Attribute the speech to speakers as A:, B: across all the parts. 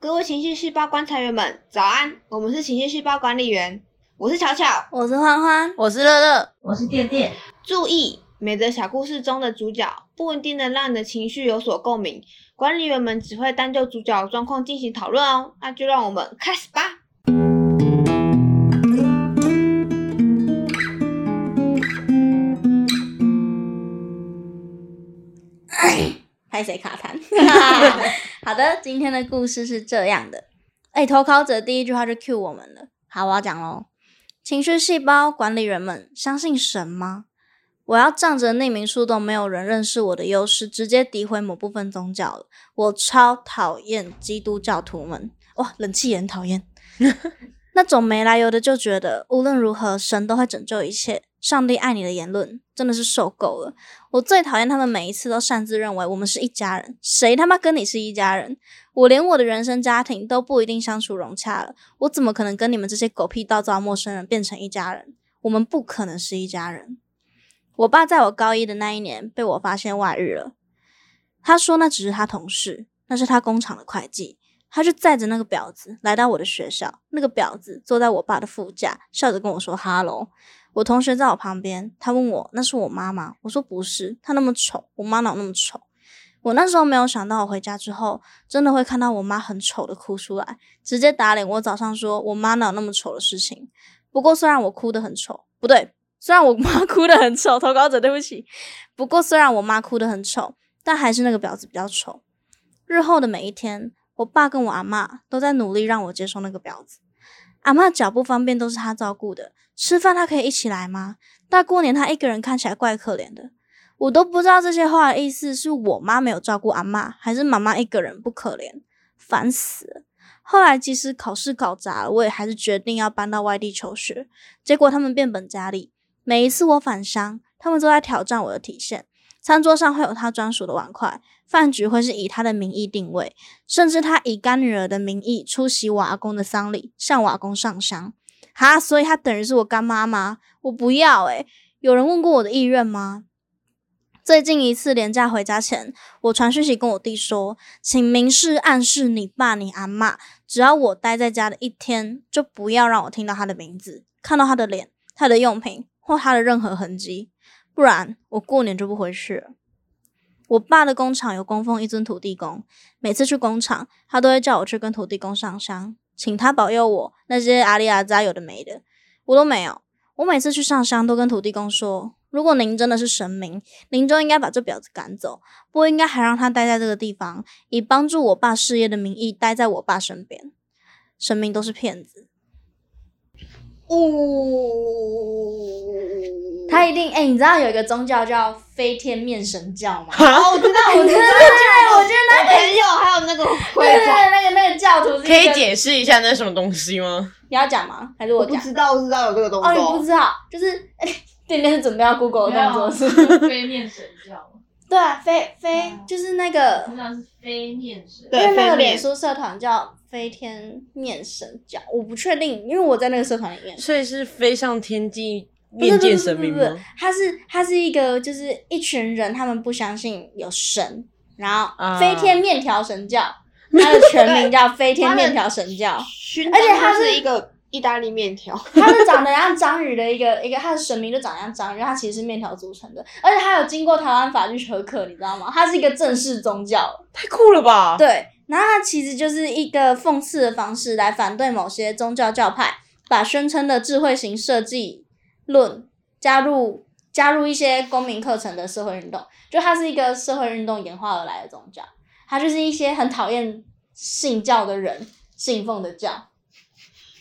A: 各位情绪细胞观察员们，早安！我们是情绪细胞管理员，我是巧巧。
B: 我是欢欢，
C: 我是乐乐，
D: 我是电电，
A: 注意，每则小故事中的主角不一定能让你的情绪有所共鸣，管理员们只会单就主角的状况进行讨论哦。那就让我们开始 吧。
B: 拍谁卡痰？ 好的，今天的故事是这样的。哎、投稿者第一句话就 cue 我们了。好，我要讲喽。情绪细胞管理人们，相信神吗？我要仗着匿名树洞没有人认识我的优势，直接诋毁某部分宗教了。我超讨厌基督教徒们，哇，冷气也很讨 厌。那种没来由的就觉得无论如何神都会拯救一切，上帝爱你的言论真的是受够了。我最讨厌他们每一次都擅自认为我们是一家人，谁他妈跟你是一家人？我连我的原生家庭都不一定相处融洽了，我怎么可能跟你们这些狗屁倒灶陌生人变成一家人？我们不可能是一家人。我爸在我高一的那一年被我发现外遇了，他说那只是他同事，那是他工厂的会计。他就载着那个婊子来到我的学校，那个婊子坐在我爸的副驾，笑着跟我说哈喽。我同学在我旁边，他问我那是我妈妈，我说不是，她那么丑，我妈哪有那么丑？我那时候没有想到，我回家之后真的会看到我妈很丑的哭出来，直接打脸我早上说我妈哪有那么丑的事情。不过虽然我哭得很丑，不对，虽然我妈 哭得很丑，投稿者对不起。不过虽然我妈哭得很丑，但还是那个婊子比较丑。日后的每一天，我爸跟我阿妈都在努力让我接受那个婊子。阿妈脚不方便都是她照顾的，吃饭她可以一起来吗？大过年她一个人看起来怪可怜的，我都不知道这些话的意思是我妈没有照顾阿妈，还是妈妈一个人不可怜，烦死了。后来即使考试搞砸了，我也还是决定要搬到外地求学。结果他们变本加厉，每一次我返乡，他们都在挑战我的底线。餐桌上会有他专属的碗筷，饭局会是以他的名义定位，甚至他以干女儿的名义出席我阿公的丧礼，向我阿公上香。哈，所以他等于是我干妈妈，我不要诶、有人问过我的意愿吗？最近一次廉假回家前，我传讯息跟我弟说，请明示暗示你爸你阿妈，只要我待在家的一天，就不要让我听到他的名字、看到他的脸、他的用品或他的任何痕迹，不然我过年就不回去了。我爸的工厂有供奉一尊土地公，每次去工厂，他都会叫我去跟土地公上香，请他保佑我那些阿里阿扎有的没的，我都没有。我每次去上香都跟土地公说，如果您真的是神明，您就应该把这婊子赶走，不应该还让他待在这个地方，以帮助我爸事业的名义待在我爸身边。神明都是骗子，
A: 呜、
B: 他一定哎、你知道有一个宗教叫飞天面神教 吗？
A: 哦，我知道，我知道，
B: 我觉得
A: 我朋友还有那个会长，
B: 那个那个教徒是
C: 可以，解释一下那是什么东西吗？
B: 你要讲吗？还是
A: 我
B: 我
A: 不
B: 讲？
A: 知道，我知道有这个东
B: 哦，
A: 西。
B: 你不知道，就是 对面是准备要 Google 的动作是吗？
D: 非面神教，
B: 对啊，飞飞
D: 嗯
B: 就是那个
D: 我，知道是非面神。
A: 对
B: 因为那
A: 飞
B: 个
A: 面
B: 脸书社团叫飞天面神教，我不确定，因为我在那个社团里面。
C: 所以是飞上天际
B: 不是
C: 面
B: 不是
C: 见
B: 不是
C: 神
B: 不是
C: 明
B: 不是
C: 吗？，
B: 他是他是一个就是一群人，他们不相信有神，然后
C: 啊
B: 飞天面条神教，它的全名叫飞天面条神 教。
A: 熏
B: 而且
A: 章
B: 它
A: 就是是一个意大利面条，
B: 它是长得像章鱼的一个一个，它的神明就长得像章鱼，它其实是面条组成的，而且它有经过台湾法律许可，你知道吗？它是一个正式宗教，
C: 太酷了吧！
B: 对。然后它其实就是一个讽刺的方式来反对某些宗教教派，把宣称的智慧型设计论加入加入一些公民课程的社会运动，就它是一个社会运动演化而来的宗教，它就是一些很讨厌信教的人信奉的教，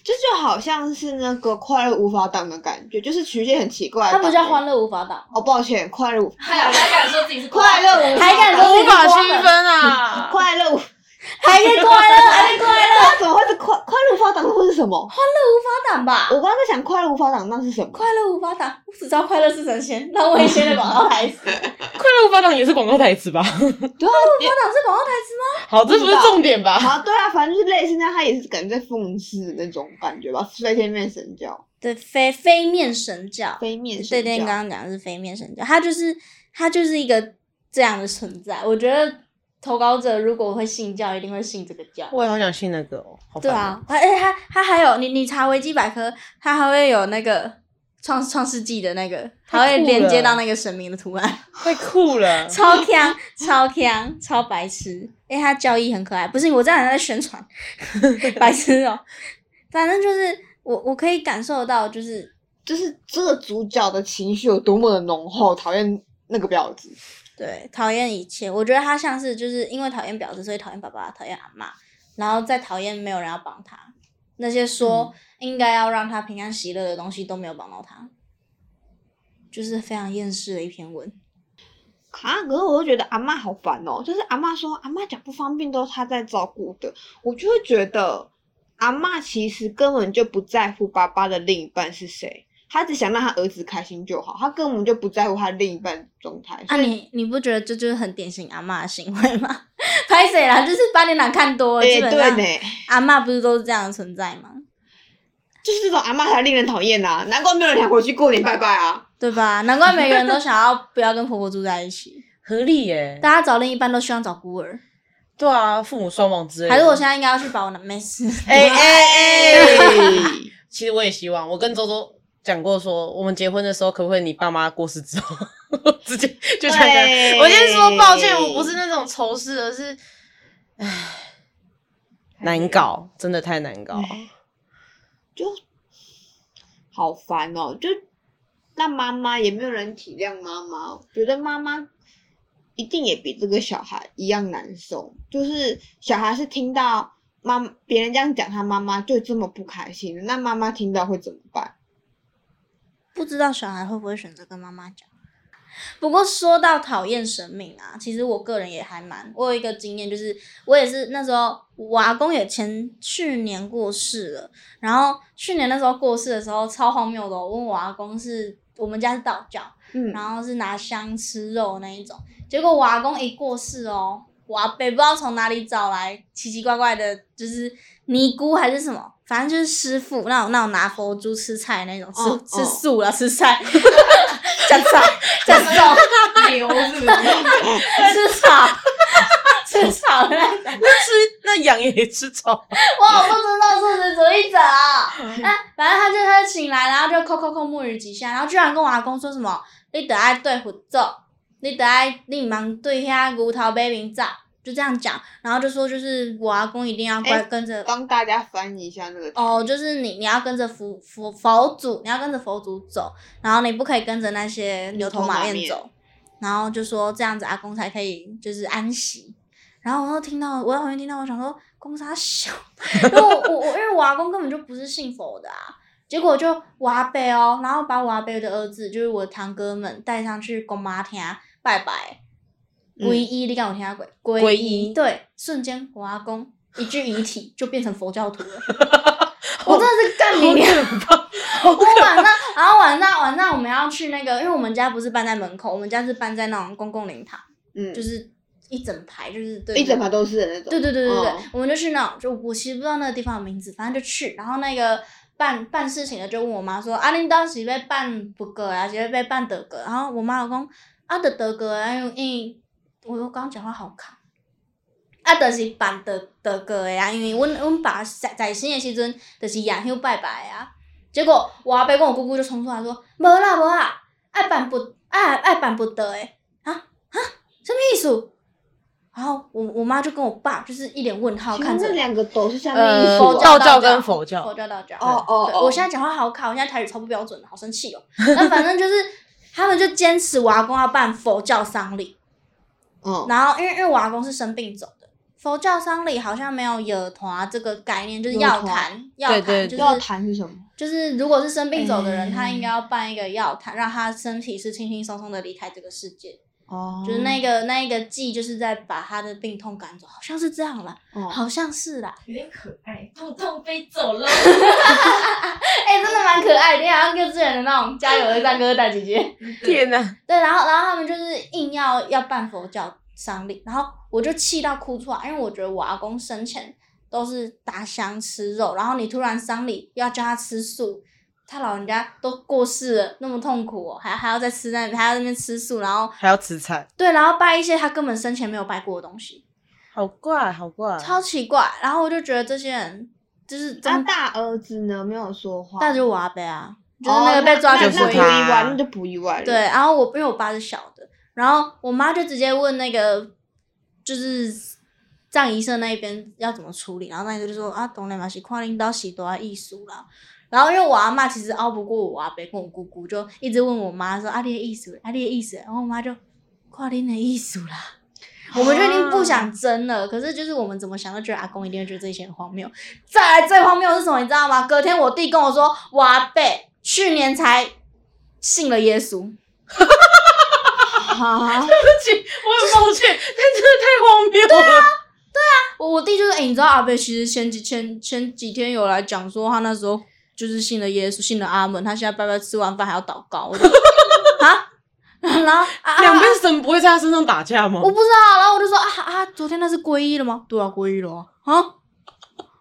A: 这就好像是那个快乐无法挡的感觉，就是曲线很奇怪。
B: 它不叫欢。乐无法党。
A: 哦，抱歉，快乐无
D: 还还敢说自己是
A: 快乐无
B: 还敢说
C: 无法区分啊！
A: 快乐无，
B: 还可以快乐，还可以快乐，
A: 那怎么会是快快乐无法挡？那会是什么？
B: 无法党吧？
A: 我刚刚在想快乐无法挡那是什么？
B: 快乐无法党，我只知道快乐是神仙，让魏先的广告台 词。快乐
C: 快乐无法挡也是广告台词 吧？
A: 对啊，
B: 党是广告台词吗？
C: 好，这不是重点吧？
A: 好对啊，反正就是类似那样，他也是感觉在讽刺那种感觉吧，飞天面神教，
B: 对，飞飞面神教，
A: 飞面神
B: 对对，
A: 教。
B: 刚刚讲的是飞面神教，它就是它就是一个这样的存在。我觉得投稿者如果会信教，一定会信这个教。
C: 我也好想信那个哦，好
B: 对
C: 烦
B: 啊，而且他他还有你你查维基百科，他还会有那个创创世纪的那个，
C: 太
B: 还会
C: 酷
B: 连接
C: 了
B: 到那个神明的图案，，
C: 哦，太酷了
B: 超强超强超白痴。哎、他教义很可爱，不是我这样在宣传， 白痴哦、反正就是我我可以感受到，就是
A: 就是这个主角的情绪有多么的浓厚，讨厌那个婊子。
B: 对讨厌一切。我觉得他像是就是因为讨厌婊子，所以讨厌爸爸，讨厌阿妈，然后再讨厌没有人要帮他。那些说
A: 嗯
B: 应该要让他平安喜乐的东西都没有帮到他，就是非常厌世的一篇文。
A: 啊！可是我会觉得阿嬷好烦哦，就是阿嬷说阿嬷脚不方便都是她在照顾的，我就会觉得阿嬷其实根本就不在乎爸爸的另一半是谁，她只想让她儿子开心就好，她根本就不在乎她另一半状态。
B: 啊
A: 所以
B: 你，你不觉得这就是很典型阿嬷的行为吗？ 拍谁啦？就是八点档看多了，
A: 哎、
B: 基本
A: 对
B: 上、
A: 呢，
B: 阿嬷不是都是这样的存在吗？
A: 就是这种阿嬷才令人讨厌呐、难怪没有人想回去过年拜拜啊！
B: 对吧？难怪每个人都想要不要跟婆婆住在一起，
C: 合理耶。
B: 大家找另一半都希望找孤儿。
C: 对啊，父母双亡之类的。
B: 还是
A: 啊
B: 我现在应该要去把我男没事？
C: 哎哎哎！
A: 哎
C: 其实我也希望，我跟周周讲过说，我们结婚的时候，可不可以你爸妈过世之后， 直接就想
A: 对
C: 跟我先说抱歉，我不是那种仇视，而是难搞，真的太难搞。
A: 就好烦哦！就那妈妈也没有人体谅妈妈，我觉得妈妈一定也比这个小孩一样难受。就是小孩是听到妈别人这样讲他妈妈就这么不开心，那妈妈听到会怎么办？
B: 不知道小孩会不会选择跟妈妈讲。不过说到讨厌神明啊，其实我个人也还蛮，我有一个经验，就是我也是那时候我阿公也前去年过世了，然后去年那时候过世的时候超荒谬的哦、我问我阿公是我们家是道教，
A: 嗯，
B: 然后是拿香吃肉那一种。结果我阿公一过世哦，我阿伯不知道从哪里找来奇奇怪怪的，就是尼姑还是什么，反正就是师傅那种那种拿佛珠吃菜那种，吃、
A: 嗯
B: 吃
A: 嗯
B: 素啦，吃菜， 吃草， 吃草，
D: 牛是不是？
B: 吃草， 吃草的 那种。
C: 那吃那羊也吃 草，
B: 哇，我不知道素食主义者啊！哎，反正他就他就醒来，然后就扣扣扣沐浴几下，然后居然跟我阿公说什么：“你得爱对佛咒，你得爱你忙对遐牛头马面走。”就这样讲，然后就说就是我阿公一定要乖
A: 哎
B: 跟着、
A: 帮大家翻译一下那个
B: 哦，就是你你要跟着佛佛佛祖，你要跟着佛祖走，然后你不可以跟着那些牛头马面
A: 牛头马
B: 走，然后就说这样子阿公才可以就是安息。然后我又听到，我在旁边听到，我想说公差小，因为我我我因为我阿公根本就不是信佛的啊。结果就我阿伯哦，然后把我阿伯的儿子，就是我的堂哥们带上去公妈厅拜拜，
A: 嗯
B: 皈依、你敢有听过？
C: 皈依
B: 对，瞬间我阿公一具遗体就变成佛教徒了。我真的是干你娘！我晚上，然后晚上晚上我们要去那个，因为我们家不是办在门口，我们家是办在那种公共灵堂，
A: 嗯，
B: 就是一整排，哦就是对
A: 一整排都是的那种。
B: 对对对对对，
A: 嗯
B: 我们就去那种，就我其实不知道那个地方的名字，反正就去，然后那个办办事情的就问我妈说，啊，恁当时要办不过啊，是要要办德个，然后我妈就讲，啊，得德个啊，因为因为我刚刚讲话好卡。啊，就是办德德个的啊，因为阮阮爸在在生的时阵，就是夜香拜拜的啊。结果我阿伯跟我姑姑就冲出来说：“无啦无啦，爱办不爱爱办不得诶，啊啊，什么意思？”然后我我妈就跟我爸就是一脸问号
A: 请
B: 看
A: 问
B: 着
A: 这两个都是下面
C: 呃
A: 一
B: 佛
A: 组、
B: 教
A: 啊。
C: 道教跟佛教
B: 佛教道教。
A: 哦哦
B: 对
A: 哦！
B: 我现在讲话好卡，我现在台语超不标准的，好生气哦。那反正就是他们就坚持我阿公要办佛教丧礼，
A: 嗯，
B: 然后因为因为我阿公是生病走的，佛教丧礼好像没有有团这个概念，就是
A: 药
B: 药
A: 团
B: 坛药
C: 对
B: 坛
C: 对
B: 就是
A: 要谈是什么？
B: 就是如果是生病走的人，
C: 哎
B: 他应该要办一个药坛，让他身体是轻轻松松的离开这个世界。
A: 哦，
B: 就是那个那一个剂，就是在把他的病痛赶走，好像是这样啦，
A: 哦
B: 好像是啦。
D: 有点可爱，痛痛飞走了。
B: 哎、真的蛮可爱的，好像幼稚园的那种加油的大哥大姐姐。
C: 天 哪！
B: 对，然后然后他们就是硬要要办佛教丧礼，然后我就气到哭出来，因为我觉得我阿公生前都是打香吃肉，然后你突然丧礼要叫他吃素，他老人家都过世了，那么痛苦、哦，还还要再吃那还要在那边吃素，然后
C: 还要吃菜，
B: 对，然后拜一些他根本生前没有拜过的东西，
C: 好怪，好怪。
B: 超奇怪。然后我就觉得这些人就是
A: 他
B: 真的，
A: 大儿子呢没有说话，
B: 但就是我阿伯啊，就是那个
A: 哦
B: 被抓去
A: 那
C: 就是
A: 那
B: 跪
A: 不意
C: 他
A: 外，那就不意外了。
B: 对，，然后我因为我爸是小的，然后我妈就直接问那个就是葬仪社那一边要怎么处理，然后那一个就说啊，懂了嘛，是跨领导喜多艺术啦。然后因为我阿妈其实拗不过我阿伯跟我姑姑，就一直问我妈说啊，你的艺术，啊你的艺术，然后我妈就跨领的艺术啦。我们就已经不想争了，可是就是我们怎么想都觉得阿公一定会觉得这些很荒谬。再来最荒谬的是什么，你知道吗？隔天我弟跟我说，我阿伯去年才信了耶稣。
A: 哈，
C: 对不起，我很抱歉，但真的太荒谬了。
B: 我我弟就是，哎、你知道阿贝其实前几前前几天有来讲说，他那时候就是信了耶稣，信了阿门，他现在拜拜吃完饭还要祷告，我就啊，然后啊啊
C: 两
B: 啊
C: 边神不会在他身上打架吗？
B: 我不知道，然后我就说啊啊，昨天那是皈依了吗？对啊，皈依了啊，啊，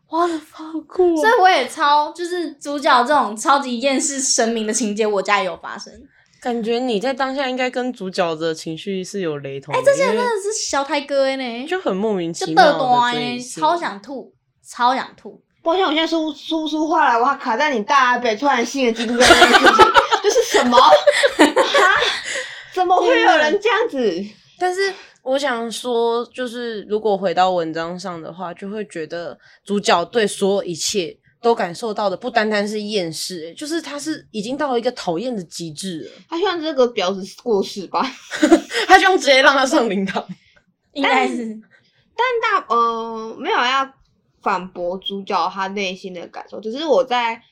B: 我的妈！
C: 好酷
B: 所
C: 哦！
B: 以我也超就是主角这种超级厌世神明的情节，我家也有发生，
C: 感觉你在当下应该跟主角的情绪是有雷同的。哎，这些
B: 真的是小胎哥的呢，
C: 就啊很莫名
B: 就
C: 其
B: 得
C: 妙
B: 多
C: 的这
B: 呢，
C: 一次
B: 超想吐，超想吐。
A: 抱歉，我现在说不说不出话来，我还卡在你大阿北突然信了基督教这件事 情，这是什么？哈，怎么会有人这样子？
C: 但是我想说，就是如果回到文章上的话，就会觉得主角对所有一切都感受到的不单单是厌世、欸就是他是已经到了一个讨厌的极致了。
A: 他希望这个婊子过世吧？
C: 他就直接让他上灵堂，
B: 应该是
A: 但大呃没有要反驳主角他内心的感受，只是我在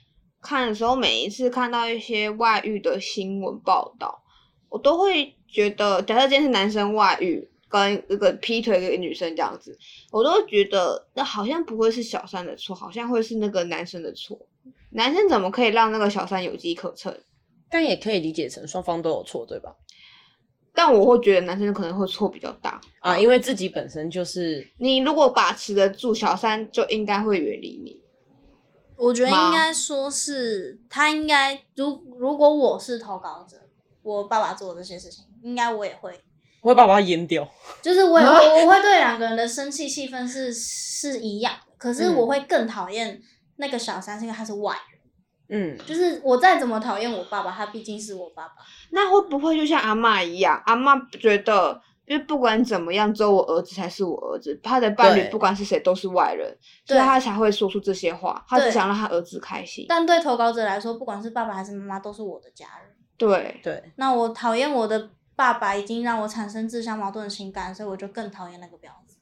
A: 看的时候，每一次看到一些外遇的新闻报道，我都会觉得，假设今天是男生外遇跟一个劈腿一个女生这样子，我都会觉得那好像不会是小三的错，好像会是那个男生的错。男生怎么可以让那个小三有机可乘？
C: 但也可以理解成双方都有错，对吧？
A: 但我会觉得男生可能会错比较大。
C: 啊，因为自己本身就是
A: 你如果把持得住，小三就应该会远离你。
B: 我觉得
A: 吗
B: 应该说是他应该，如如果我是投稿者，我爸爸做这些事情，应该我也会，
C: 我会把它淹掉。
B: 就是我也
A: 啊
B: 会，我会对两个人的生气气氛是是一样的，可是
C: 嗯
B: 我会更讨厌那个小三，是因为他是外人，
C: 嗯，
B: 就是我再怎么讨厌我爸爸，他毕竟是我爸爸，
A: 那会不会就像阿嬷一样，阿嬷觉得，因为不管怎么样，只有我儿子才是我儿子，他的伴侣
C: 对
A: 不管是谁都是外人，所
B: 对
A: 以他才会说出这些话。他只
B: 对
A: 想让他儿子开心。
B: 但对投稿者来说，不管是爸爸还是妈妈，都是我的家人。
A: 对，
C: 对，
B: 那我讨厌我的爸爸，已经让我产生自相矛盾的情感，所以我就更讨厌那个婊子。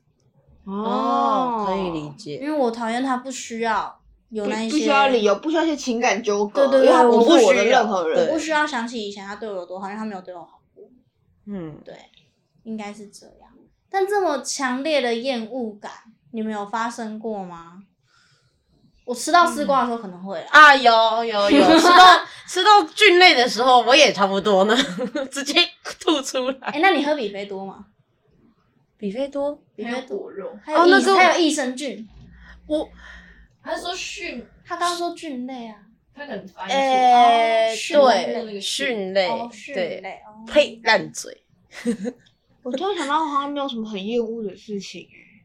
C: 哦，可以理解。
B: 因为我讨厌他不需要有
A: 不
B: 那一些
A: 不需要理由，不需要一些情感纠葛，
B: 对对对
A: 因为他
B: 我
A: 不
C: 不
A: 是我
C: 需
A: 的
C: 要
A: 任何
C: 对
A: 人。
B: 我不需要想起以前他对我有多好，因为他没有对我好过。
C: 嗯，
B: 对，应该是这样。但这么强烈的厌恶感，你们有发生过吗？我吃到丝瓜的时候可能会啊，
C: 啊，有有 有，吃到吃到菌类的时候，我也差不多呢， 直接吐出来。
B: 哎、那你喝比菲多吗？
C: 比菲多，
B: 比
D: 还
B: 菲
D: 有
B: 多
D: 果肉，
B: 还有
C: 哦
B: 益、
C: 那个
B: 还有益生菌，
C: 我
D: 他说训，
B: 他刚刚说菌类啊，
D: 他可能发音
C: 诶、
B: 训类那
C: 呃对，
D: 个
C: 训
D: 训
C: 类，
B: 哦，菌
C: 对，
B: 类哦，
C: 呸，烂嘴。
A: 我突然想到，我好像没有什么很厌恶的事情欸。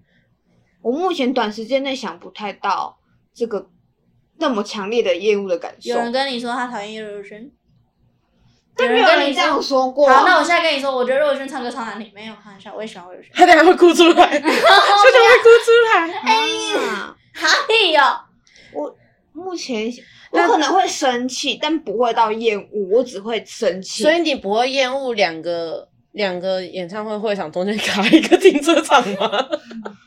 A: 我目前短时间内想不太到这个那么强烈的厌恶的感受
B: 有，人跟你说他讨厌叶若瑄，
A: 但没有
B: 跟
A: 人
B: 你
A: 这样说过。啊
B: 好，那我现在跟你说，我觉得若瑄唱歌超难听，没有开玩笑，我也喜欢若瑄。
C: 他等下会哭出 来，他就会哭出来。
B: 哎
A: 啊
B: 哈屁哟、
C: 哦
A: 目前我可能会生气，但不会到厌恶，我只会生气。
C: 所以你不会厌恶两个两个演唱会会场中间卡一个停车场吗？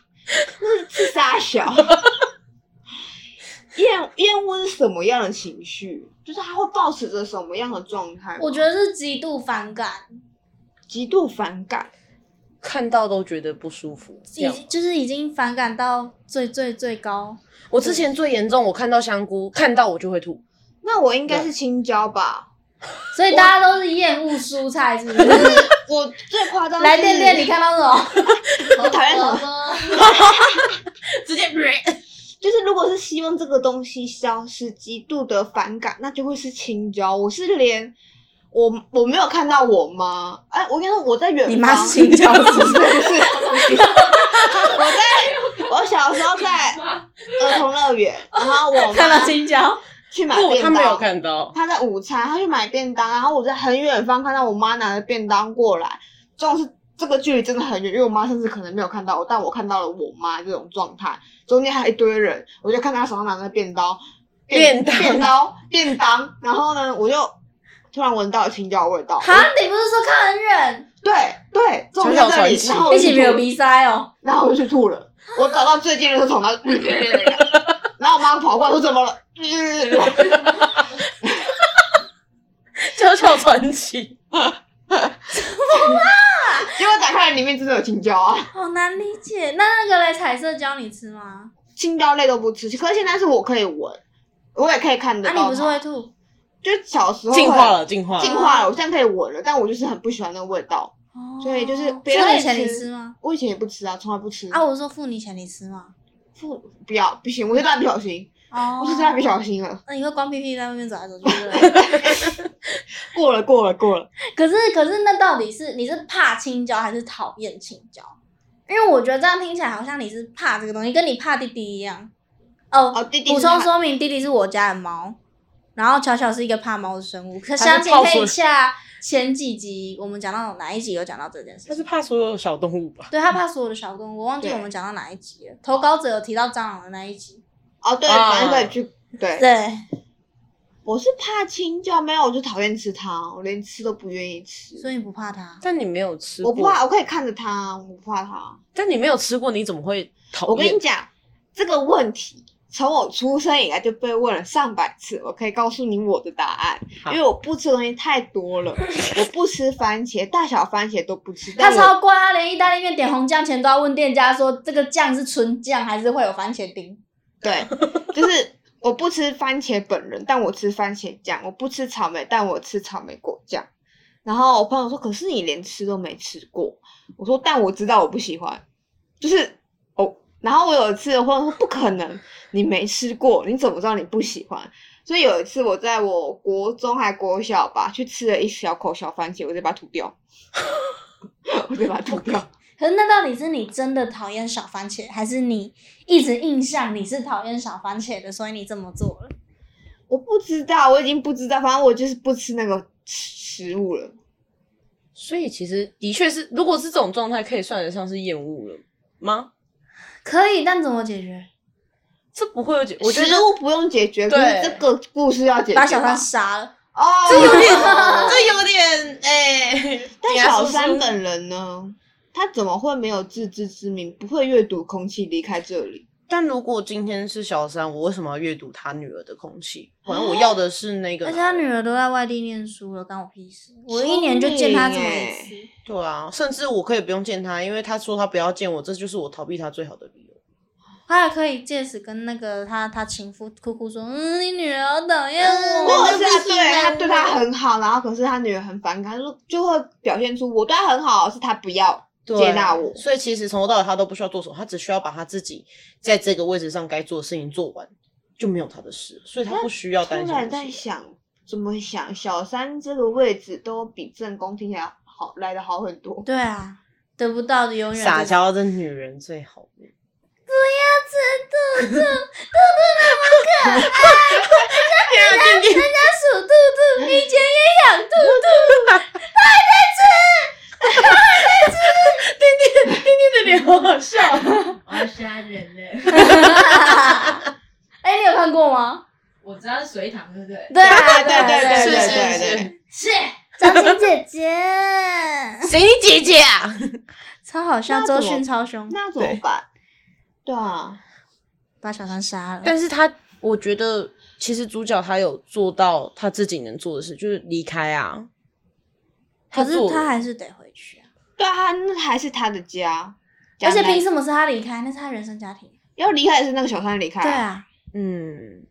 A: 是傻 小。厌厌恶是什么样的情绪？就是他会保持着什么样的状态吗？
B: 我觉得是极度反感，
A: 极度反感，
C: 看到都觉得不舒服。这
B: 已
C: 样，
B: 就是已经反感到最最最高。
C: 我之前最严重，我看到香菇，看到我就会 吐。
A: 那我应该是青椒吧？
B: 所以大家都是厌恶蔬菜，是不是？
A: 我最夸张
B: 来
A: 是
B: 店店，你看到什么？
A: 我讨厌什么？
D: 么？
C: 直接
A: 就是如果是希望这个东西消失，极度的反感，那就会是青椒。我是连我我没有看到我妈，哎、我跟你说我在远方，
B: 椒，是不是？
A: 不是，我在我小时候在儿童乐园，然后我
B: 看
A: 妈
B: 到青椒，
A: 去买
C: 不，
A: 便
C: 他
A: 当，
C: 没有看 到。
A: 他在午餐，他去买便当，啊然后我在很远的方看到我妈拿着便当过来，这种是这个距离真的很远，因为我妈甚至可能没有看到我，但我看到了我妈这种状态，中间还有一堆人，我就看她手上拿着便当，
C: 便当
A: 便当，便当，然后呢，我就突然闻到了青椒味道，
B: 哈，你不是说看很远，
A: 对对，这种
C: 小
A: 在这里，
C: 传奇
A: 然后我
B: 一
A: 就
B: 起
A: 去
B: 没有
A: 吐
B: 鼻塞哦。
A: 然后我就去吐了，我找到最近的垃圾桶，然后然后我妈跑过来说怎么了？
C: 小小传奇，
A: 结果打开来里面真的有青椒啊。
B: 好哦难理解。那那个嘞，彩色椒你吃吗？
A: 青椒类都不吃，可是现在是我可以闻，我也可以看得
B: 啊，
A: 到
B: 你
A: 它。
B: 不是会吐？
A: 就小时候
C: 进化了，
A: 会，
C: 进化
A: 进
C: 了。
A: 化了，我现在可以闻了，但我就是很不喜欢那个味道。
B: 哦
A: 所以就是
B: 付
A: 别人
B: 你钱
A: 吃
B: 你吃吗？
A: 我以前也不吃啊，从来不吃。
B: 啊，我说付你钱你吃吗？
A: 不不要不行，我是蜡笔小新，
B: 哦
A: 我是蜡笔小新了。
B: 那你会光屁屁在外面走来走去的。
A: 过了过了过了，
B: 可是可是那到底是你是怕青椒还是讨厌青椒？因为我觉得这样听起来好像你是怕这个东西，跟你怕弟弟一样。哦，
A: 哦弟弟
B: 补
A: 是
B: 充
A: 怕
B: 说明，弟弟是我家的猫，然后巧巧是一个怕猫的生物。可
C: 是
B: 相信
C: 泡
B: 可
C: 水
B: 以下前几集我们讲到哪一集有讲到这件事
C: 他是
B: 情。
C: 怕所有小动物吧？
B: 对，他怕所有的小动物，我忘记我们讲到哪一集了。投稿者有提到蟑螂的那一集。
A: 哦对，
C: 啊
A: 反正可以去。对，
B: 对，
A: 我是怕青椒，没有我就讨厌吃它，我连吃都不愿意吃。
B: 所以你不怕它？
C: 但你没有吃过，
A: 我不怕，我可以看着它，啊我不怕它。
C: 但你没有吃过，你怎么会讨厌？
A: 我跟你讲，这个问题从我出生以来就被问了上百次，我可以告诉你我的答案，
C: 好
A: 因为我不吃的东西太多了，我不吃番茄，大小番茄都不 吃。
B: 他
A: 但我
B: 超怪，他连意大利面点红酱前都要问店家说这个酱是纯酱还是会有番茄丁。
A: 对，就是我不吃番茄本人，但我吃番茄酱；我不吃草莓，但我吃草莓果酱。然后我朋友说：“可是你连吃都没吃过。”我说：“但我知道我不喜欢，就是哦。”然后我有一次，我朋友说：“不可能，你没吃过，你怎么知道你不喜欢？”所以有一次，我在我国中还国小吧，去吃了一小口小番茄，我就把它吐掉， 我就把它吐掉。
B: 可是那到底是你真的讨厌小番茄，还是你一直印象你是讨厌小番茄的，所以你这么做了？
A: 我不知道，我已经不知道，反正我就是不吃那个食物了。
C: 所以其实的确是，如果是这种状态，可以算得上是厌恶了吗？
B: 可以，但怎么解决？
C: 这不会有解，我觉
A: 食
C: 得
A: 物不用解决，可
C: 对
A: 是这个故事要解决吧。
B: 把小三杀了，
A: 哦，
C: 这有点哎、
A: 但
C: 你还
A: 小
C: 说
A: 三
C: 是
A: 本人呢？他怎么会没有自知之明？不会阅读空气离开这里？
C: 但如果今天是小三，我为什么要阅读他女儿的空气？反正我要的是那 个
A: 啊
B: 而
C: 男
B: 且
C: 人。
B: 他女儿都在外地念书了，干我屁事！我一年就见他这么一
A: 聪
B: 次。
C: 对啊，甚至我可以不用见他，因为他说他不要见我，这就是我逃避他最好的理由。
B: 他还可以借此跟那个他他情夫哭哭说，嗯，你女儿好讨厌
A: 或
B: 嗯我。啊
A: 者是他
C: 不喜
A: 对啊
C: 欢
A: 他对他很好，然后可是他女儿很反感，就就会表现出我对他很好，是他不要
C: 对
A: 接纳我。
C: 所以其实从头到尾他都不需要做什么，他只需要把他自己在这个位置上该做的事情做完，就没有他的事，所以他不需要
A: 突
C: 担心
A: 然
C: 这
A: 在
C: 些。
A: 想，怎么想小三这个位置都比正宫听起来好来的好很多。
B: 对啊，得不到的永远
C: 撒
B: 都是
C: 娇的女人最好命。不要吃兔兔，兔兔那么可爱。人家人家
B: 鼠兔兔，以前也养兔兔。
C: 这脸好好笑。
D: 我要杀人嘞！
B: 哎、你有看过吗？
D: 我知道是隋唐，对不对？
B: 对啊，
A: 对
B: 对啊
A: 对对
B: 对啊对
A: 对
B: 啊
A: 对对。
D: 是。
B: 张欣姐姐，
C: 谁姐姐啊？
B: 超好笑，
A: 那
B: 周
A: 怎么
B: 迅超凶，
A: 那怎么
C: 对
A: 办？对啊，
B: 把小三杀了。
C: 但是他，我觉得其实主角他有做到他自己能做的事，就是离开啊。
B: 可是
C: 做
B: 他还是得回去啊，
A: 对啊，他那还是他的家，
B: 而且
A: 讲来
B: 凭什么是他离开？那是他原生家庭。
A: 要离开的是那个小三离开。
B: 对，啊，
C: 嗯，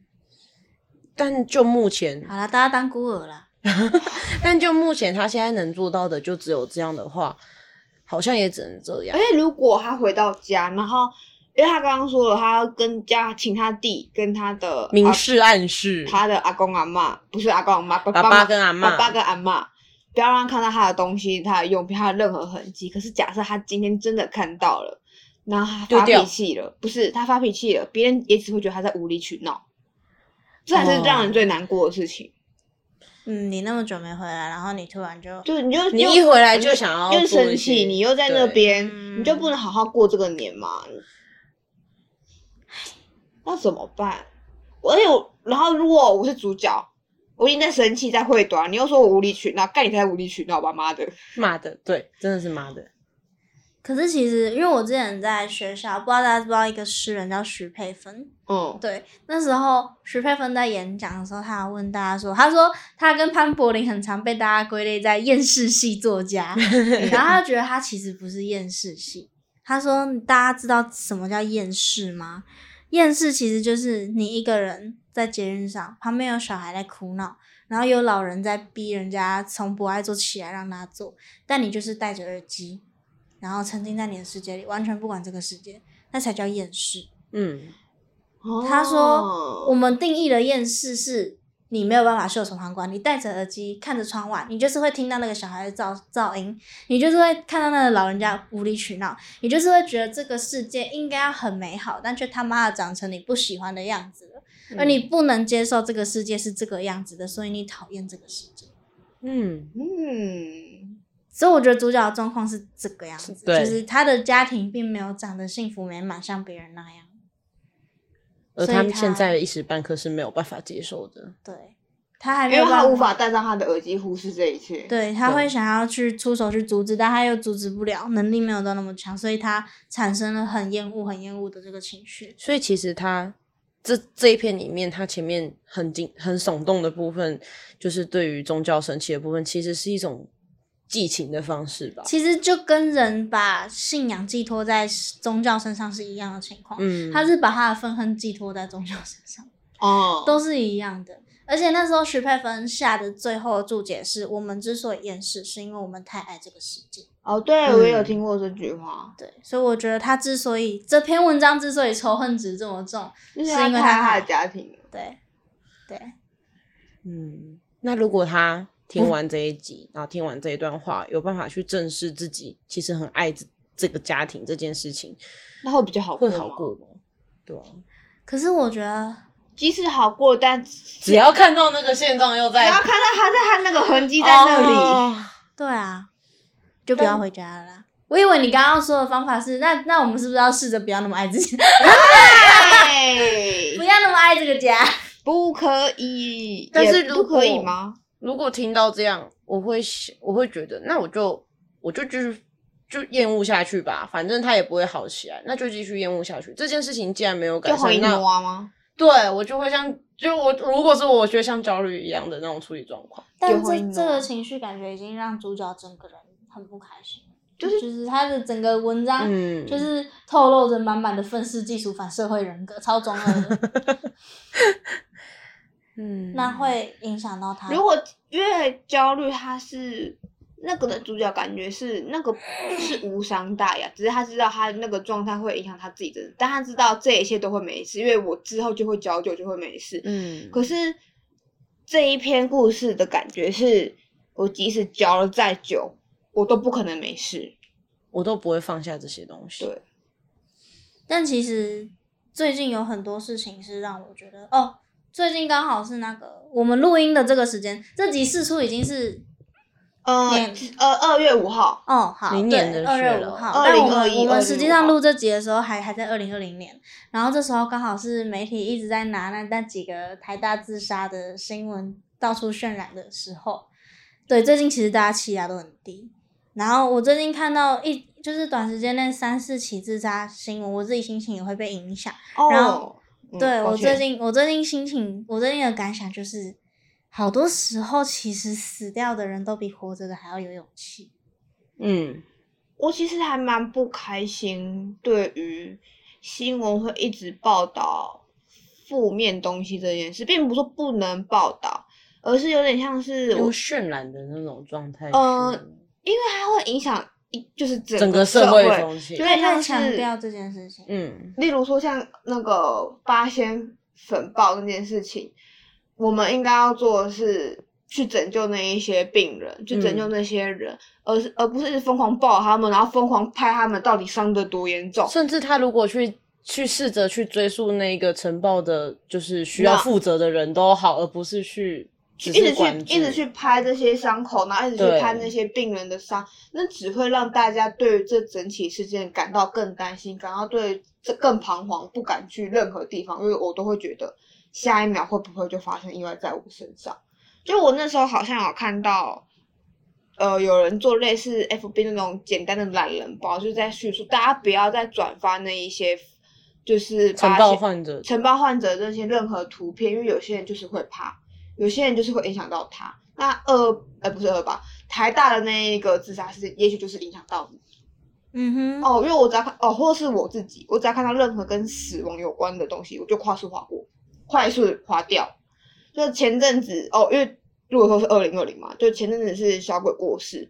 C: 但就目前，
B: 好了，大家当孤儿啦。
C: 但就目前他现在能做到的就只有这样的话，好像也只能这样
B: 哎
A: 而。且如果他回到家，然后因为他刚刚说了，他要跟家请他弟跟他的
C: 明
A: 啊
C: 示暗示，
A: 他的阿公阿妈，不是阿公阿妈，爸
C: 爸
A: 妈
C: 爸跟阿
A: 爸
C: 妈，
A: 爸跟阿妈，不要让他看到他的东西、他的用品、他的任何痕迹。可是假设他今天真的看到了，然后
C: 丢
A: 他发
C: 掉
A: 脾气了，不是他发脾气了，别人也只会觉得他在无理取闹，这才
C: 哦
A: 是让人最难过的事情。
B: 嗯，你那么久没回来，然后你突然就
A: 就你就
C: 你
A: 又
C: 一回来就想要
A: 又
C: 做一
A: 生气，
C: 些
A: 你又在那
C: 对
A: 边，你就
B: 嗯
A: 不能好好过这个年嘛？那怎么办？我而且我，然后如果我是主角，我已经在生气，在会短，你又说我无理取闹，干你才无理取闹吧，妈的！
C: 骂的，对，真的是骂的。
B: 可是其实，因为我之前在学校，不知道大家知不知道一个诗人叫徐佩芬。
A: 嗯，
B: 对，那时候徐佩芬在演讲的时候，她有问大家说，她说她跟潘柏林很常被大家归类在厌世系作家，然后她觉得她其实不是厌世系。她说，大家知道什么叫厌世吗？厌世其实就是你一个人在捷运上，旁边有小孩在哭闹，然后有老人在逼人家从不爱做起来让他做，但你就是戴着耳机，然后沉浸在你的世界里，完全不管这个世界，那才叫厌世。
C: 嗯，
B: 他说
A: 哦：“
B: 我们定义的厌世是你没有办法袖手旁观，你戴着耳机看着窗外，你就是会听到那个小孩的噪噪音，你就是会看到那个老人家无理取闹，你就是会觉得这个世界应该要很美好，但却他妈的长成你不喜欢的样子了，而你不能接受这个世界是这个样子的，所以你讨厌这个世界。
C: 嗯，
A: 嗯，
B: 所以我觉得主角的状况是这个样子，
C: 对
B: 就是他的家庭并没有长得幸福美满，像别人那样。
C: 而
B: 所以
C: 他们
B: 他
C: 现在一时半刻是没有办法接受的。
B: 对他还
A: 因
B: 没
A: 为
B: 有
A: 他
B: 办
A: 无法戴上他的耳机，忽视这一切。，
B: 对，他会
C: 对
B: 想要去出手去阻止，但他又阻止不了，能力没有到那么强，所以他产生了很厌恶、很厌恶的这个情绪。
C: 所以其实他这这一篇里面，他前面很惊很耸动的部分，就是对于宗教神奇的部分，其实是一种寄情的方式吧。
B: 其实就跟人把信仰寄托在宗教身上是一样的情况，
C: 嗯，
B: 他是把他的愤恨寄托在宗教身上，
A: 哦，
B: 都是一样的。而且那时候徐佩芬下的最后的注解是：我们之所以厌世，是因为我们太爱这个世界。
A: 哦，对，我也有
C: 嗯
A: 听过这句话，
B: 对，所以我觉得他之所以这篇文章之所以仇恨值这么重，
A: 就是
B: 是
A: 他
B: 因为
A: 太爱
B: 他
A: 他的家庭了。
B: 对对，
C: 嗯，那如果他听完这一集，然后听完这一段话，有办法去正视自己其实很爱这这个家庭这件事情，
A: 那会比较好过
C: 会
A: 吗，
C: 好过吗？对啊，
B: 可是我觉得
A: 即使好过，但只
C: 只要看到那个现状又在
A: 要看到他在他那个痕迹在那里，
C: 哦
B: 对啊，就不要回家了啦。我以为你刚刚说的方法是，那那我们是不是要试着不要那么爱自己，
A: 哎
B: 不要那么爱这个家？
A: 不可以，
C: 但
A: 也
C: 是
A: 不
C: 如
A: 可以
C: 果
A: 吗？
C: 如果听到这样，我会想我会觉得，那我就我就继续就厌恶下去吧，反正他也不会好起来，那就继续厌恶下去。这件事情既然没有改
A: 就啊红
C: 善，
A: 衣
C: 那
A: 娃吗？
C: 对我就会像就我如果是我，我觉得像焦虑一样的那种处理状况。
B: 但
A: 有会
B: 这
A: 呢
B: 这个情绪感觉已经让主角整个人很不开心，
A: 就是
B: 就是他的整个文章、
C: 嗯，
B: 啊就是透露着满满的愤世嫉俗、反社会人格，超中二的，
C: 嗯，
B: 那会影响到他。
A: 如果越焦虑，他是那个的主角，感觉是那个是无伤大雅，只是他知道他那个状态会影响他自己的，但他知道这一切都会没事，因为我之后就会焦久，就会没事。
C: 嗯，
A: 可是这一篇故事的感觉是，我即使嚼了再久，我都不可能没事。
C: 我都不会放下这些东西。
A: 对，
B: 但其实最近有很多事情是让我觉得，哦，最近刚好是那个我们录音的这个时间，这集试出已经是
A: 呃
B: 年
A: 呃，二月五号，
B: 哦，好，
C: 明年的
B: 二
C: 事
B: 月
C: 了
B: 五号，
A: 2021
B: 但我们我们
A: 2025
B: 实际上录这集的时候还还在二零二零年，然后这时候刚好是媒体一直在拿那那几个台大自杀的新闻到处渲染的时候，对，最近其实大家气压都很低，然后我最近看到一就是短时间内三四起自杀新闻，我自己心情也会被影响。
A: 哦，
B: 然后
A: 嗯
B: 对
A: 抱
B: 我
A: 歉
B: 最近，我最近心情，我最近的感想就是，好多时候其实死掉的人都比活着的还要有勇气。
C: 嗯，
A: 我其实还蛮不开心，对于新闻会一直报道负面东西这件事，并不是说不能报道，而是有点像是我
C: 用，渲染的那种状态去，
A: 呃因为它会影响一就是整
C: 整
A: 个
C: 个社
A: 会
C: 会风气
A: 就。
B: 对，
A: 是像
B: 太
A: 是
B: 强调这件事情。
C: 嗯，
A: 例如说像那个八仙粉爆那件事情，我们应该要做的是去拯救那一些病人，去拯救那些人，而是而不是一直疯狂抱他们，然后疯狂拍他们到底伤得多严重。
C: 甚至他如果去去试着去追溯那个晨报的，就是需要
A: 那
C: 负责的人都好，而不是去只
A: 一直
C: 是
A: 去
C: 关注
A: 一直去拍这些伤口，然后一直去
C: 对
A: 拍那些病人的伤，那只会让大家对于这整起事件感到更担心，感到对这更彷徨，不敢去任何地方，因为我都会觉得下一秒会不会就发生意外在我身上。就我那时候好像有看到，呃，有人做类似 FB 那种简单的懒人包，就在叙述大家不要再转发那一些，就是
C: 晨
A: 把
C: 报
A: 其
C: 患者
A: 承包患者那些任何图片，因为有些人就是会怕，有些人就是会影响到他。那二呃不是二吧，台大的那一个自杀事件，也许就是影响到你
B: 嗯哼，
A: 哦，因为我只要看哦，或是我自己，我只要看到任何跟死亡有关的东西，我就快速划过，快速地划掉。就前阵子哦，因为如果说是二零二零嘛，就前阵子是小鬼过世，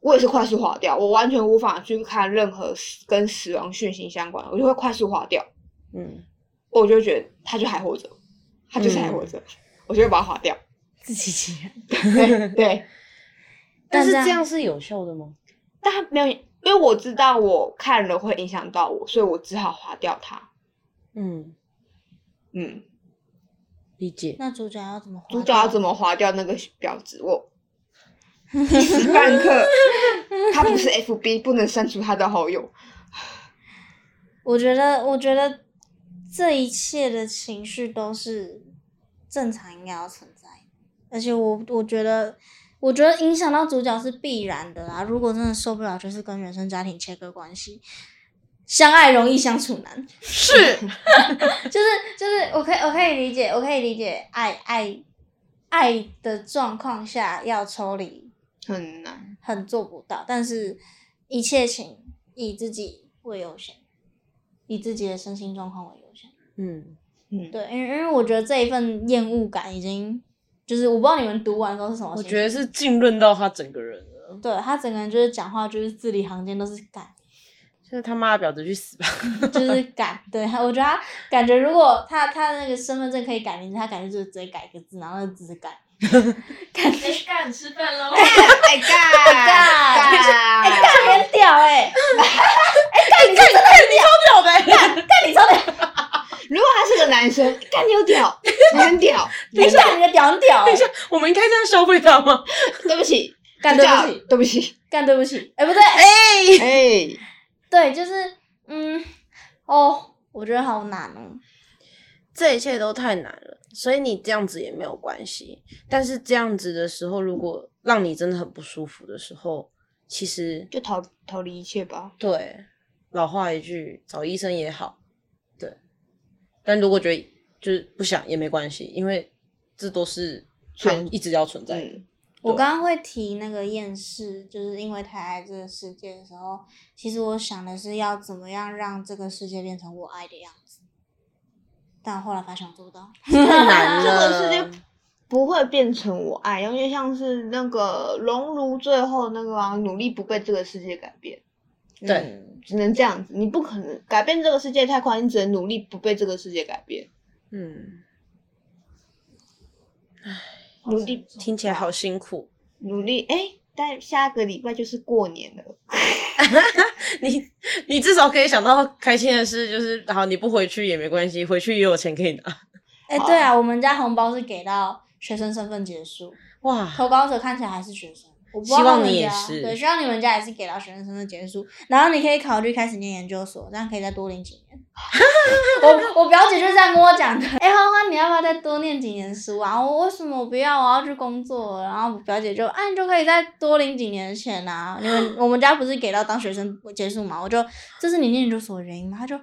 A: 我也是快速划掉，我完全无法去看任何死跟死亡讯息相关的，我就会快速划掉。
C: 嗯，
A: 我就觉得他就还活着，他就是还活
B: 嗯
A: 着，我就会把它划掉。
C: 自欺欺人。
A: 对，对
C: 但是
B: 但
C: 这
B: 这样
C: 样是有效的吗？
A: 但他没有，因为我知道我看了会影响到我，所以我只好划掉它。
C: 嗯，
A: 嗯，
C: 理解。
B: 那主角要怎么划掉？
A: 主角要怎么划掉那个标志？我一时半刻，他不是 FB，不能删除他的好友。
B: 我觉得，我觉得这一切的情绪都是正常应该要存在的，而且我我觉得，我觉得影响到主角是必然的啦。如果真的受不了，就是跟原生家庭切割关系，相爱容易相处难。
C: 是，
B: 就是就是，我可以我可以理解，我可以理解爱爱爱的状况下要抽离
A: 很难，
B: 很做不到，但是一切请以自己为优先，以自己的身心状况为优先。
C: 嗯，
A: 嗯，
B: 对，因为因为我觉得这一份厌恶感已经，就是我不知道你们读完之后是什么
C: 我
B: 心情，
C: 觉得是浸润到他整个人了。
B: 对他整个人就是讲话就是字里行间都是感，
C: 现在他妈的婊子去死 吧！
B: 就是感，对，我觉得他感觉如果他他那个身份证可以改名字，他感觉就是直接改一个字，然后那个字改，感觉
D: 哎，干吃饭喽！
A: 哎干
B: 哎，干你很屌 哎、欸，哎干你这真的很屌，
C: 好呗，
B: 干你真的，
A: 如果他是个男生，干你有屌，你很屌。
B: 等一下你的屌很屌、欸，
C: 我们应该这样消费他吗？
A: 对不起，
B: 干
A: 主
B: 对不
A: 角
B: 起，
A: 对不 起，
B: 干对不起，哎、不 对，哎、
A: 哎。
B: 对，就是嗯，哦，我觉得好难哦，
C: 这一切都太难了，所以你这样子也没有关系。但是这样子的时候，如果让你真的很不舒服的时候，其实
A: 就逃逃离一切吧。
C: 对老话一句，找医生也好，对。但如果觉得就是不想也没关系，因为这都是
A: 存
C: 一直要存在的。
A: 嗯，
B: 我
C: 对
B: 刚刚会提那个厌世，就是因为台爱这个世界的时候，其实我想的是要怎么样让这个世界变成我爱的样子，但我后来发现我做不到。
C: 太 难
A: 这
C: 了，
A: 个世界不会变成我爱，因为像是那个熔炉最后那个、啊、努力不被这个世界改变。
C: 对
A: 嗯只能这样子，你不可能改变这个世界太快，你只能努力不被这个世界改变，
C: 嗯，
A: 努力
C: 听起来好辛苦。
A: 努力。哎、但下个礼拜就是过年了，
C: 你你至少可以想到开心的事，就是好你不回去也没关系，回去也有钱可以拿。
B: 哎、对啊，我们家红包是给到学生身份结束，
C: 哇，
B: 投稿者看起来还是学生。我不知
C: 希
B: 道
C: 望
B: 他们
C: 你也
B: 家
C: 是
B: 对，希望你们家也是给到学生身份结束，然后你可以考虑开始念研究所，这样可以再多领几年。 我我表姐就是这样跟我讲的， 哎、欢欢，你要不要再多念几年书啊？我为什么我不要？我要去工作了。然后我表姐就，啊，你就可以再多领几年的钱啊。你们我们家不是给到当学生结束嘛？我就，这是你念研究所的原因吗？他就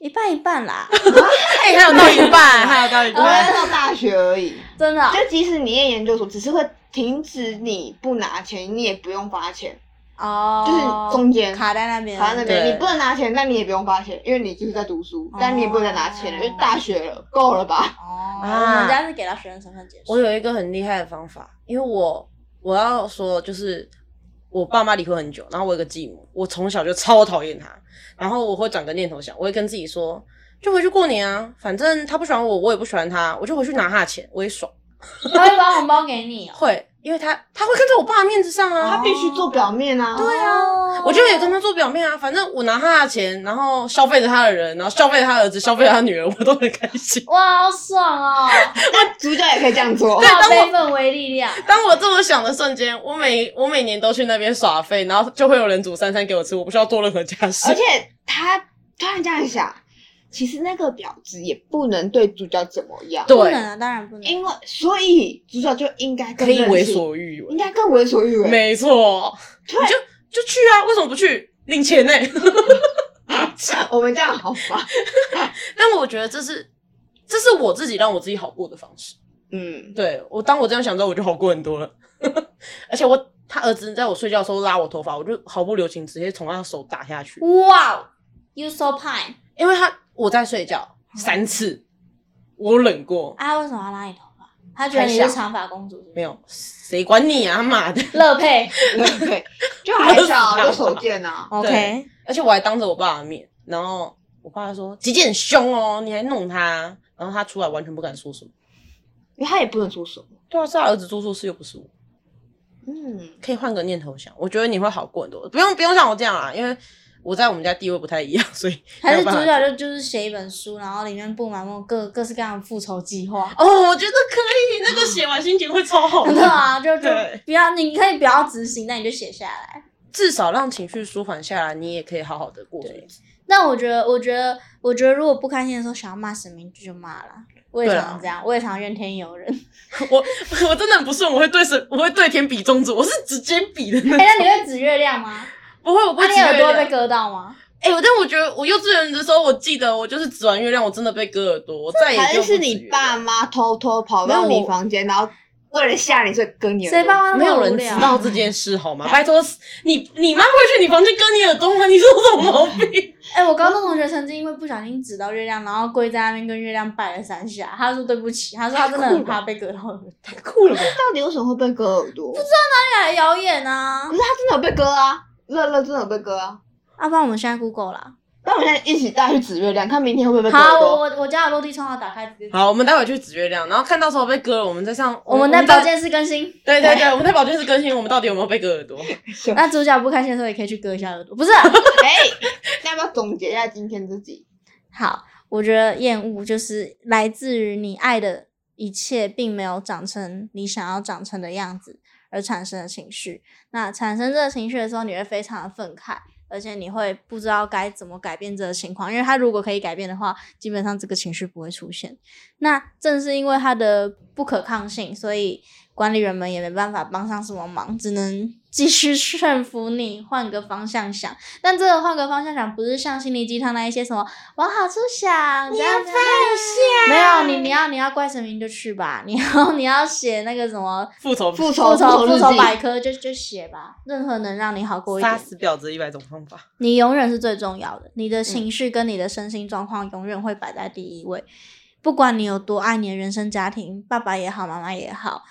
B: 一半一半啦，
C: 哎、还有到一 半，还有到一
A: 我要
C: 半。
A: 到大学而已。
B: 真的哦、
A: 就即使你念研究所，只是会停止你不拿钱，你也不用罚钱，
B: 哦，
A: 就是中间
B: 卡在那边，
A: 好像那边
C: 对
A: 你不能拿钱，但你也不用花钱，因为你就是在读书
B: 哦，
A: 但你也不能再拿钱了，因为大学了，够了吧？
B: 哦，
C: 啊
B: 我们家是给到学生身份解释。
C: 我有一个很厉害的方法，因为我我要说，就是我爸妈离婚很久，然后我有个继母，我从小就超讨厌她，然后我会转个念头想，我会跟自己说，就回去过年啊，反正她不喜欢我，我也不喜欢她，我就回去拿她的钱，我也爽。
B: 他会把红包给你哦。
C: 会，因为他他会看在我爸的面子上啊。
A: 他必须做表面啊。
C: 对
B: 哦
C: 啊，我就也跟他做表面啊，反正我拿他的钱，然后消费着他的人，然后消费他儿子，消费他女儿，我都很开心。
B: 哇，好爽哦！
A: 那主角也可以这样做。
B: 化悲愤为力量。
C: 当我这么想的瞬间，我每我每年都去那边耍废，然后就会有人煮三餐给我吃，我不需要做任何家事
A: 而。且他突然这样想，其实那个婊子也不能对主角怎么样，
B: 不能，啊，当然不能。
A: 因为所以主角就应该更
C: 可以
A: 任
C: 为
A: 性，
C: 所欲
A: 应
C: 为，
A: 该更为所欲为。
C: 没错，
A: 对
C: 你就就去啊，为什么不去？领钱呢、
A: 我们这样好吗？
C: 但我觉得这是这是我自己让我自己好过的方式。
A: 嗯，
C: 对我，当我这样想之后，我就好过很多了。 而且我他儿子在我睡觉的时候拉我头发，我就毫不留情，直接从他手打下去，
B: 哇，You 哦 so pine
C: 因为他我在睡觉三次，我忍过，
B: 啊？为什么要拉你头发？他觉得你
C: 太
B: 是
C: 小
B: 长发公主是不是
C: 没有谁管你啊，妈的！
B: 乐佩。
A: 对，就还小，就手贱啊。
C: OK 而且我还当着我爸的面，然后我爸说姐姐很凶哦，你还弄他，然后他出来完全不敢说什么。
A: 因为他也不能出手。
C: 对啊，是他儿子做错事又不是我，
A: 嗯，
C: 可以换个念头想，我觉得你会好过很多，不用不用像我这样啊，因为我在我们家地位不太一样，所 以
B: 还是
C: 没
B: 主
C: 有办法
B: 角就就是写一本书，然后里面布满那种各各式各样的复仇计划。
C: 哦，我觉得可以，那个写完心情会超好
B: 对
C: 的，
B: 啊，就就
C: 对
B: 不要，你可以不要执行，但你就写下来。
C: 至少让情绪舒缓下来，你也可以好好的过日子。
B: 但我觉得，我觉得，我觉得，如果不开心的时候想要骂神明就就骂啦。我也
C: 对啊
B: 常常这样，我也常怨天尤人。
C: 我 我真的很不顺，我会对神，我会对天比中指，我是直接比的那
B: 哎、
C: 种，
B: 那你会指月亮吗？
C: 不会，我不
B: 那、
C: 会
B: 啊、
C: 指
B: 你
C: 月亮。
B: 耳朵会被割到 吗？
C: 哎、我但我觉得我幼稚园的时候，我记得我就是指完月亮，我真的被割耳朵，我再也
A: 还
C: 就是不指
A: 是
C: 月亮
A: 你爸妈偷偷跑到
C: 没有
A: 你
C: 我
A: 房间，然后为了吓你，所以跟你。
B: 谁爸？妈那么
C: 没有人
B: 无
C: 知
B: 聊
C: 道这件事好吗？拜托，你你妈会去你房间割你耳朵吗？你是有什么毛 病？
B: 哎、我高中同学曾经因为不小心指到月亮，然后跪在那边跟月亮拜了三下。他说对不起，他说他真的很怕被割到耳朵。
C: 太酷了吧！
A: 到底为什么会被割耳朵？不知道。
B: 当然谣言啊
A: 可！是他真的有被割啊，乐乐真的有被割啊。
B: 要、不然我们现在 Google 啦。
A: 那我们现在一起带去指月亮，看明天会不会被割
B: 好，
A: 耳
B: 我
A: 朵。
B: 我我家的落地窗要打开，直接。
C: 好，我们待会去指月亮，然后看到时候被割了，我们再上
B: 我们在保。健室更新。
C: 对对对，我们在保健室更新，我们到底有没有被割耳朵？
B: 那主角不开心的时候也可以去割一下耳朵，不是啊、
A: 哎，那要不要总结一下今天自己？
B: 好，我觉得厌恶就是来自于你爱的一切并没有长成你想要长成的样子而产生的情绪。那产生这个情绪的时候，你会非常的愤慨，而且你会不知道该怎么改变这个情况，因为他如果可以改变的话，基本上这个情绪不会出现。那正是因为它的不可抗性，所以管理员们也没办法帮上什么忙，只能继续 劝服你换个方向想。但这个换个方向想，不是像心灵鸡汤那一些什么往好处想，你要放下。没有你，你要你要怪神明就去吧， 你要你要写那个什么
C: 复仇
A: 复仇
B: 复仇复
A: 日
B: 仇
A: 记
B: 百科就就写吧，任何能让你好过一
C: 杀
B: 点。
C: 死婊子一百种方法。
B: 你永远是最重要的，你的情绪跟你的身心状况永远会摆在第一位。不管你有多爱你的原生家庭，爸爸也好，妈妈也好，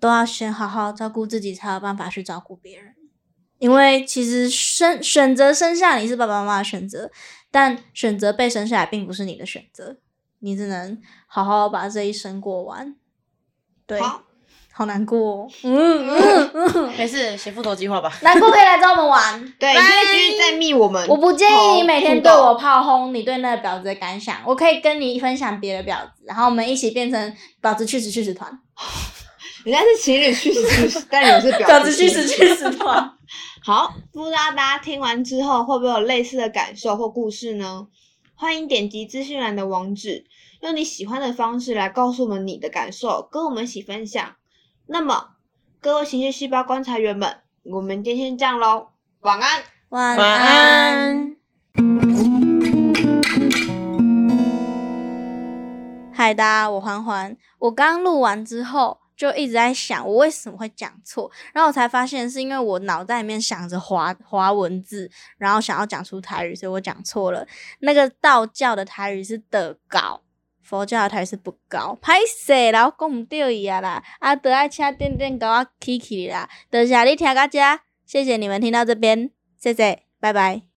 B: 都要先好好照顾自己，才有办法去照顾别人。因为其实生选择生下你是爸爸妈妈的选择，但选择被生下来并不是你的选择，你只能好好把这一生过完。对，
A: 好，
B: 好难过、哦，嗯嗯嗯，
C: 没事，写复仇计划吧。
B: 难过可以来找我们玩。
A: 对，你可以继续再密我们。
B: 我不建议你每天对我炮轰你对那个婊子的感想，我可以跟你分享别的婊子，然后我们一起变成婊子去死去死团，
A: 人家是情侣去死去死，但你是婊
B: 婊
A: 子
B: 子去死去死团。
A: 好，不知道大家听完之后会不会有类似的感受或故事呢？欢迎点击资讯栏的网址，用你喜欢的方式来告诉我们你的感受，跟我们一起分享。那么，各位情绪细胞观察员们，我们今天先这样喽，晚安。
B: 晚
C: 晚安。
B: 嗨，大家，我欢欢。我刚录完之后就一直在想，我为什么会讲错，然后我才发现是因为我脑袋里面想着华华文字，然后想要讲出台语，所以我讲错了。那个道教的台语是的高。佛教的台语是不高，歹势啦，我讲毋对伊啊啦，啊，得爱请点点甲我起起啦，多谢你听到这，谢谢你们听到这边，谢谢，拜拜。